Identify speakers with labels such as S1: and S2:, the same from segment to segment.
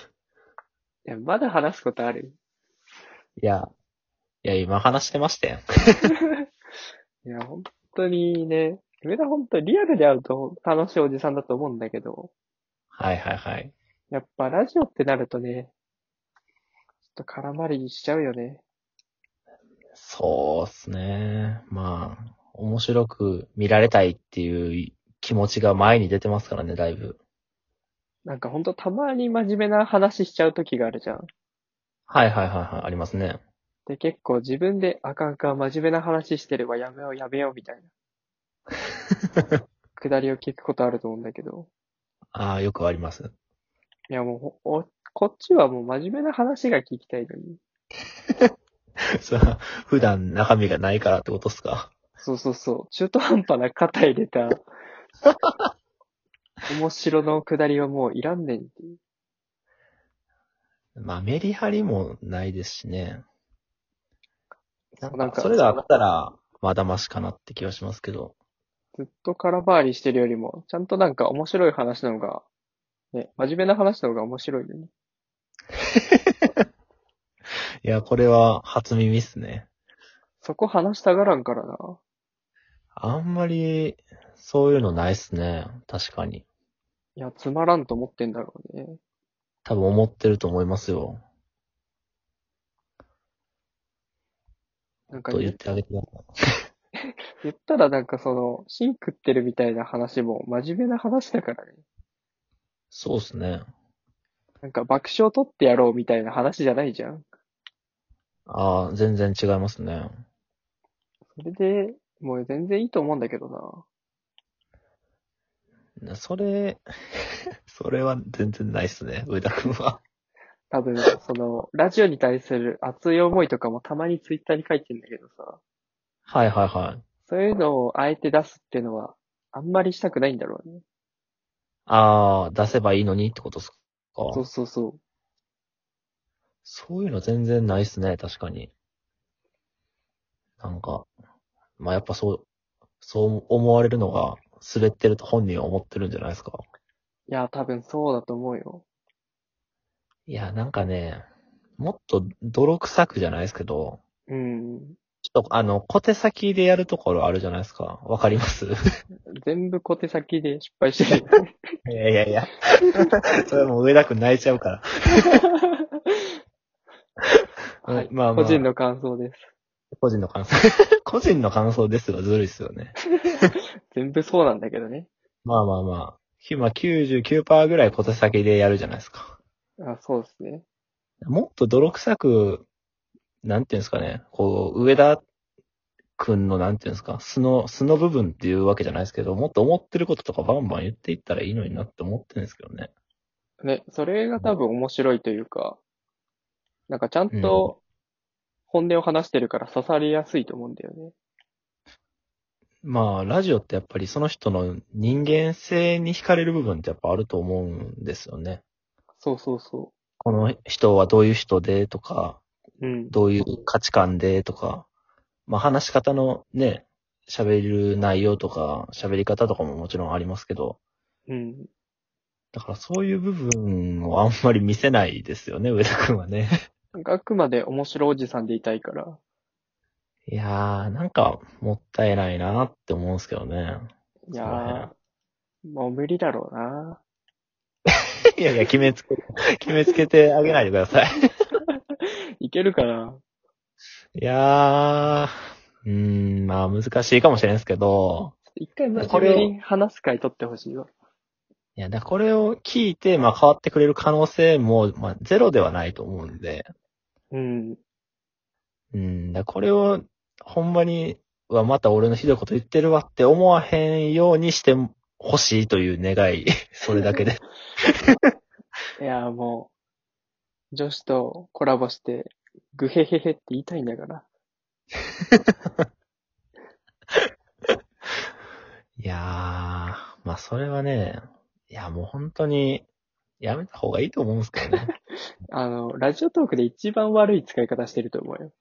S1: いや、まだ話すことある
S2: いや、いや、今話してましたよ。
S1: いや、本当にね、上田本当リアルで会うと楽しいおじさんだと思うんだけど、
S2: はいはいはい。
S1: やっぱラジオってなるとね、ちょっと空回りしちゃうよね。
S2: そうっすね。まあ、面白く見られたいっていう気持ちが前に出てますからね、だいぶ。
S1: なんかほんとたまに真面目な話しちゃう時があるじゃん。
S2: はいはいはいはい、ありますね。
S1: で、結構自分であかんあかん真面目な話してればやめようやめようみたいな。くだりを聞くことあると思うんだけど。
S2: ああ、よくあります。
S1: いやもうほお、こっちはもう真面目な話が聞きたいのに。
S2: それは普段中身がないからってことっすか。
S1: そうそうそう。中途半端な肩入れ た。面白のくだりはもういらんねんっていう。
S2: まあ、メリハリもないですしね。
S1: そう
S2: なんかそれがあったら、まだましかなって気はしますけど。
S1: ずっと空回りしてるよりも、ちゃんとなんか面白い話の方が、ね、真面目な話の方が面白いのに。
S2: いや、これは初耳っすね。
S1: そこ話したがらんからな。
S2: あんまり、そういうのないっすね。確かに。
S1: いや、つまらんと思ってんだろうね。
S2: 多分思ってると思いますよ。
S1: なんか
S2: と言
S1: 言
S2: っ
S1: って
S2: あげてください。
S1: 言ったらなんかその、芯食ってるみたいな話も真面目な話だからね。
S2: そうっすね。
S1: なんか爆笑取ってやろうみたいな話じゃないじゃん。
S2: ああ、全然違いますね。
S1: それで、もう全然いいと思うんだけどな。
S2: それ、 それは全然ないっすね。上田くんは。
S1: 多分、その、ラジオに対する熱い思いとかもたまにツイッターに書いてんだけどさ、
S2: はいはいはい。
S1: そういうのをあえて出すっていうのは、あんまりしたくないんだろうね。
S2: ああ、出せばいいのにってことっすか。
S1: そうそうそう。
S2: そういうの全然ないっすね。確かに。なんか、まあやっぱそう、そう思われるのが、滑ってると本人は思ってるんじゃないですか。
S1: いや、多分そうだと思うよ。
S2: いや、なんかね、もっと泥臭くじゃないですけど、
S1: うん。
S2: ちょっとあの、小手先でやるところあるじゃないですか。わかります
S1: 全部小手先で失敗してる。
S2: いやいやい や。それはもう上田くん泣いちゃうから。
S1: はい
S2: まあ ま
S1: 個
S2: あ、
S1: 人の感想です。
S2: 個人の感想。 個人の感想ですがずるいっすよね。
S1: 全部そうなんだけどね。
S2: まあまあまあ。ひまあ99%ぐらい小手先でやるじゃないですか。
S1: あ、そうですね。
S2: もっと泥臭く、なんていうんですかね、こう、上田くんのなんていうんですか、素の、素の部分っていうわけじゃないですけど、もっと思ってることとかバンバン言っていったらいいのになって思ってるんですけどね。
S1: ね、それが多分面白いというか、なんかちゃんと本音を話してるから刺さりやすいと思うんだよね。
S2: まあ、ラジオってやっぱりその人の人間性に惹かれる部分ってやっぱあると思うんですよね。
S1: そうそうそ
S2: この人はどういう人でとか、
S1: う。うん。
S2: どういう価値観でとか、まあ話し方のね、喋る内容とか、喋り方とかももちろんありますけど、
S1: うん。
S2: だからそういう部分をあんまり見せないですよね、 上田くんはね。
S1: なんかあくまで面白おじさんでいたいから、
S2: いやー、なんかもったいないなって思うんですけどね。
S1: いや
S2: そうだ
S1: ー、もう無理だろうな。
S2: いやいや、決めつけ、 決めつけてあげないでください。
S1: いけるかない
S2: やー、うーん、まあ難しいかもしれないですけど、
S1: 一回真
S2: こ
S1: 面
S2: れを
S1: 目に話す会取ってほしいわ。
S2: いや、だからこれを聞いて、まあ変わってくれる可能性も、まあゼロではないと思うんで、
S1: うん。
S2: うん、だからこれを、ほんまに、うわ、また俺のひどいこと言ってるわって思わへんようにしてほしいという願 い、それだけで。
S1: いやーもう、女子とコラボして、グヘヘヘって言いたいんだから。
S2: いやー、まあそれはね、いやもう本当に、やめた方がいいと思うんですけどね。
S1: あの、ラジオトークで一番悪い使い方してると思うよ。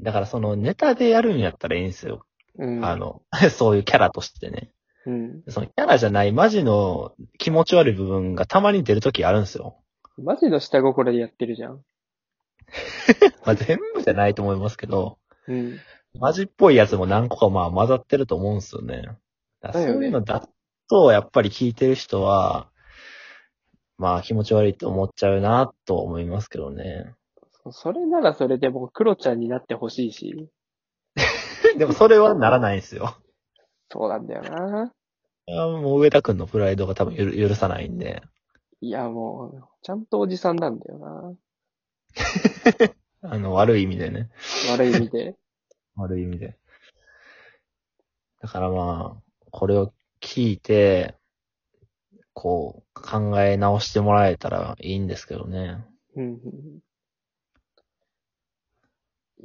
S2: だからそのネタでやるんやったらいいんですよ。
S1: うん。
S2: あの、 そういうキャラとしてね。
S1: うん。
S2: そのキャラじゃないマジの気持ち悪い部分がたまに出るときあるんですよ。
S1: マジの下心でやってるじゃん。
S2: まあ、全部じゃないと思いますけど、
S1: うん。
S2: マジっぽいやつも何個かまあ混ざってると思うんですよね。だ
S1: だ
S2: から
S1: よね
S2: そういうのだと、やっぱり聞いてる人は、まあ気持ち悪いと思っちゃうなと思いますけどね。
S1: そそれならそれでもうクロちゃんになってほしいし。
S2: でもそれはならないんですよ。
S1: そうなんだよな。
S2: いやもう上田くんのプライドが多分ゆる許さないんで。
S1: いやもう、ちゃんとおじさんなんだよな。
S2: あの、悪い意味でね。
S1: 悪い意味 で。
S2: 悪い意味で。だからまあ、これを聞いて、こう、考え直してもらえたらいいんですけどね。
S1: うんうん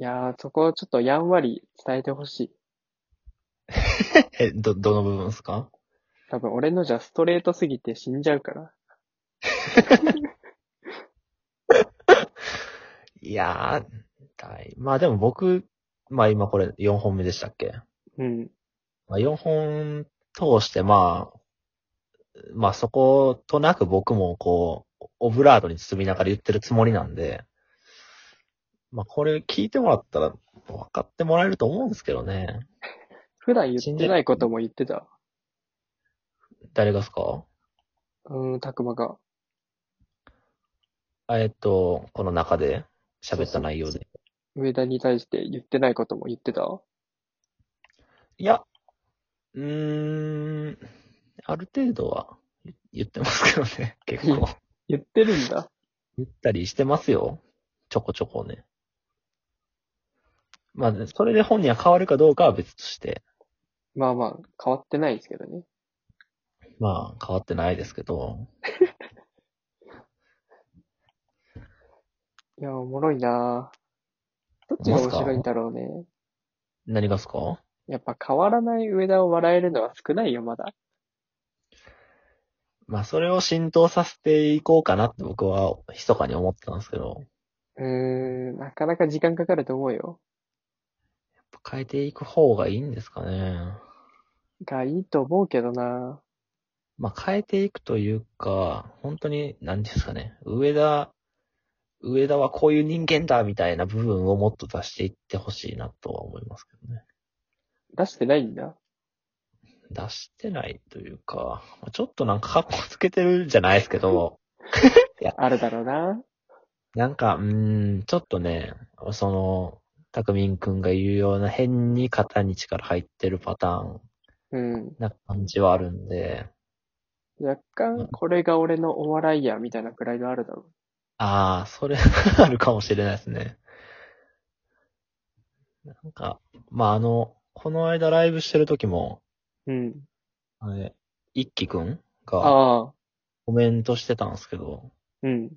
S1: いやー、そこをちょっとやんわり伝えてほしい。
S2: え、ど、どの部分ですか
S1: 多分俺のじゃストレートすぎて死んじゃうから。
S2: いやー、だいまあでも僕、まあ今これ4本目でしたっけ
S1: うん。
S2: まあ、4本通して、まあ、まあそことなく僕もこう、オブラートに包みながら言ってるつもりなんで、まあこれ聞いてもらったら分かってもらえると思うんですけどね。
S1: 普段言ってないことも言ってた。
S2: 誰がですか
S1: うん、たくまが。
S2: あえっと、この中で喋った内容で。
S1: 上田に対して言ってないことも言ってた
S2: いや、うーん、ある程度は言言ってますけどね、結
S1: うん
S2: 構。
S1: 言ってるんだ。
S2: 言ったりしてますよ。ちょこちょこね。まあ、それで本人は変わるかどうかは別として、
S1: まあまあ、変わってないですけどね。
S2: まあ、変わってないですけど、
S1: いや、おもろいなぁどっちが面白いんだろうね。
S2: 何がっすか
S1: やっぱ変わらない上田を笑えるのは少ないよ、まだ。
S2: まあ、それを浸透させていこうかなって僕は、密かに思ってたんですけど、
S1: うーん、なかなか時間かかると思うよ。
S2: 変えていく方がいいんですかね。
S1: がいいと思うけどな
S2: まあ、変えていくというか、本当に、何ですかね、上田、上田はこういう人間だみたいな部分をもっと出していってほしいなとは思いますけどね。
S1: 出してないんだ。
S2: 出してないというか、まあちょっとなんか格好つけてるじゃないですけど、
S1: あるだろうな
S2: なんか、うーん、ちょっとね、その、たくみんくんが言うような変に肩に力入ってるパターン
S1: うん。
S2: な感じはあるんで、
S1: 若干、これが俺のお笑いや、みたいなくらいがあるだろ
S2: ああ、それあるかもしれないですね。なんか、まあ、あの、この間ライブしてる時も、
S1: う。うん。
S2: あれ、一輝くんが
S1: ああ、
S2: コメントしてたんですけど、
S1: うん。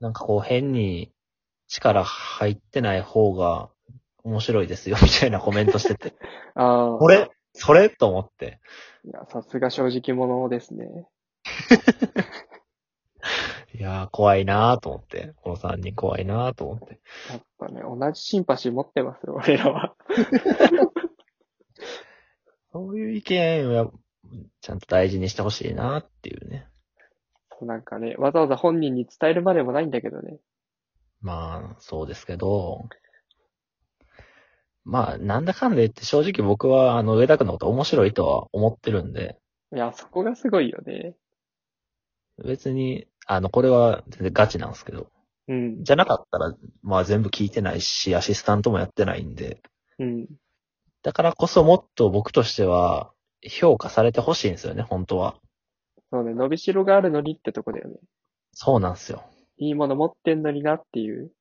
S2: なんかこう変に力入ってない方が面白いですよみたいなコメントしてて。
S1: ああ、
S2: これそれと思って。
S1: いや、さすが正直者ですね。
S2: いやー怖いなーと思って。この3人怖いなーと思って。
S1: やっぱね、同じシンパシー持ってますよ、俺らは。
S2: そういう意見はちゃんと大事にしてほしいなーっていうね。
S1: なんかね、わざわざ本人に伝えるまでもないんだけどね。
S2: まあ、そうですけど。まあ、なんだかんだ言って正直僕はあの上田君のこと面白いとは思ってるんで、
S1: いや、そこがすごいよね。
S2: 別に、あの、これは全然ガチなんですけど。
S1: うん。
S2: じゃなかったら、まあ全部聞いてないし、アシスタントもやってないんで。
S1: うん。
S2: だからこそもっと僕としては、評価されてほしいんですよね、本当は。
S1: そうね、伸びしろがあるのにってとこだよね。
S2: そうなんですよ。
S1: いいもの持ってんのになっていう。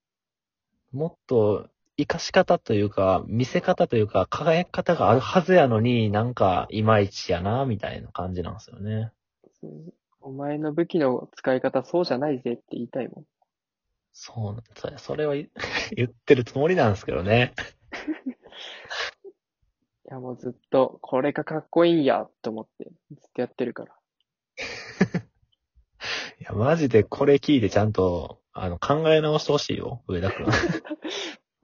S2: もっと、活かし方というか、見せ方というか、輝き方があるはずやのに、なんか、いまいちやな、みたいな感じなんですよね。
S1: うんお前の武器の使い方そうじゃないぜって言いたいもん。
S2: そうなんそれ、それは言 言ってるつもりなんですけどね。
S1: いや、もうずっと、これがかっこいいんや、と思って、ずっとやってるから。
S2: いや、マジでこれ聞いてちゃんと、あの、考え直してほしいよ、上田くん。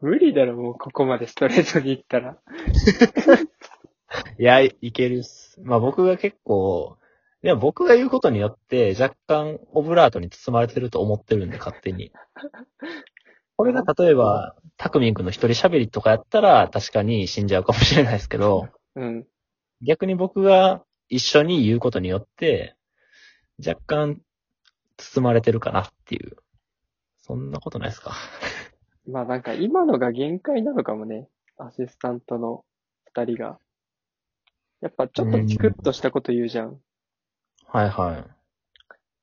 S1: 無理だろ、もうここまでストレートに行ったら。
S2: いや、いいけるっす。まあ僕が結構、いや、僕が言うことによって、若干オブラートに包まれてると思ってるんで、勝手 に。これが例えば、たくみんくんの一人喋りとかやったら、確かに死んじゃうかもしれないですけど、
S1: うん。
S2: 逆に僕が一緒に言うことによって、若干包まれてるかなっていう。そんなことないですか。
S1: まあなんか今のが限界なのかもね。アシスタントの二人が。やっぱちょっとチクッとしたこと言うじゃん。
S2: はいはい。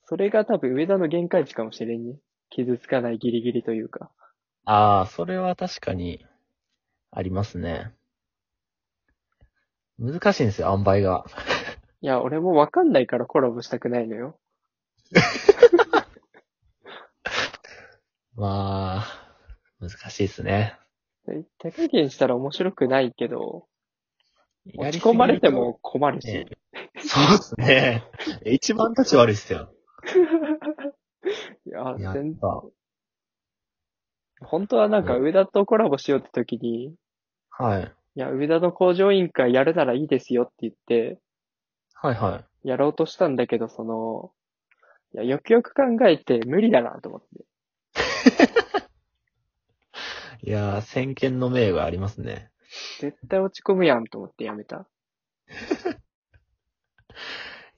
S1: それが多分上田の限界値かもしれんね。傷つかないギリギリというか。
S2: ああ、それは確かにありますね。難しいんですよ、塩梅が。
S1: いや、俺もわかんないからコラボしたくないのよ。
S2: まあ、難しいですね。
S1: で手加減したら面白くないけど、落
S2: や
S1: ち
S2: りすぎると
S1: 込まれても困るし。
S2: ねそうですね。一番立ち悪いっすよ。
S1: いや、
S2: やっ
S1: 全
S2: ぱ。
S1: 本当はなんか上田とコラボしようって時に、
S2: はい。
S1: いや、上田の工場委員会やるならいいですよって言って、
S2: はいはい。
S1: やろうとしたんだけど、その、いや、よくよく考えて無理だなと思って。
S2: いやー、先見の明がありますね。
S1: 絶対落ち込むやんと思ってやめた。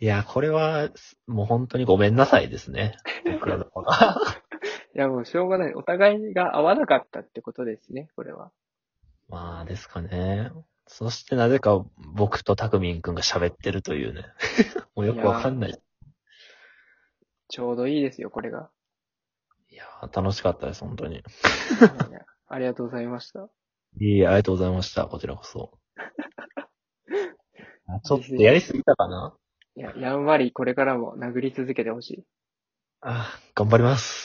S2: いやー、これは、もう本当にごめんなさいですね。僕らの方が
S1: いや、もうしょうがない。お互いが合わなかったってことですね、これは。
S2: まあ、ですかね。そしてなぜか僕とたくみんくんが喋ってるというね。 もうよくわかんない。
S1: ちょうどいいですよ、これが。
S2: いやー、楽しかったです、本当に。
S1: いやありがとうございました。
S2: いいえ、ありがとうございました、こちらこそ。あちょっとやりすぎたかない
S1: や、やんわりこれからも殴り続けてほしい。
S2: あー、頑張ります。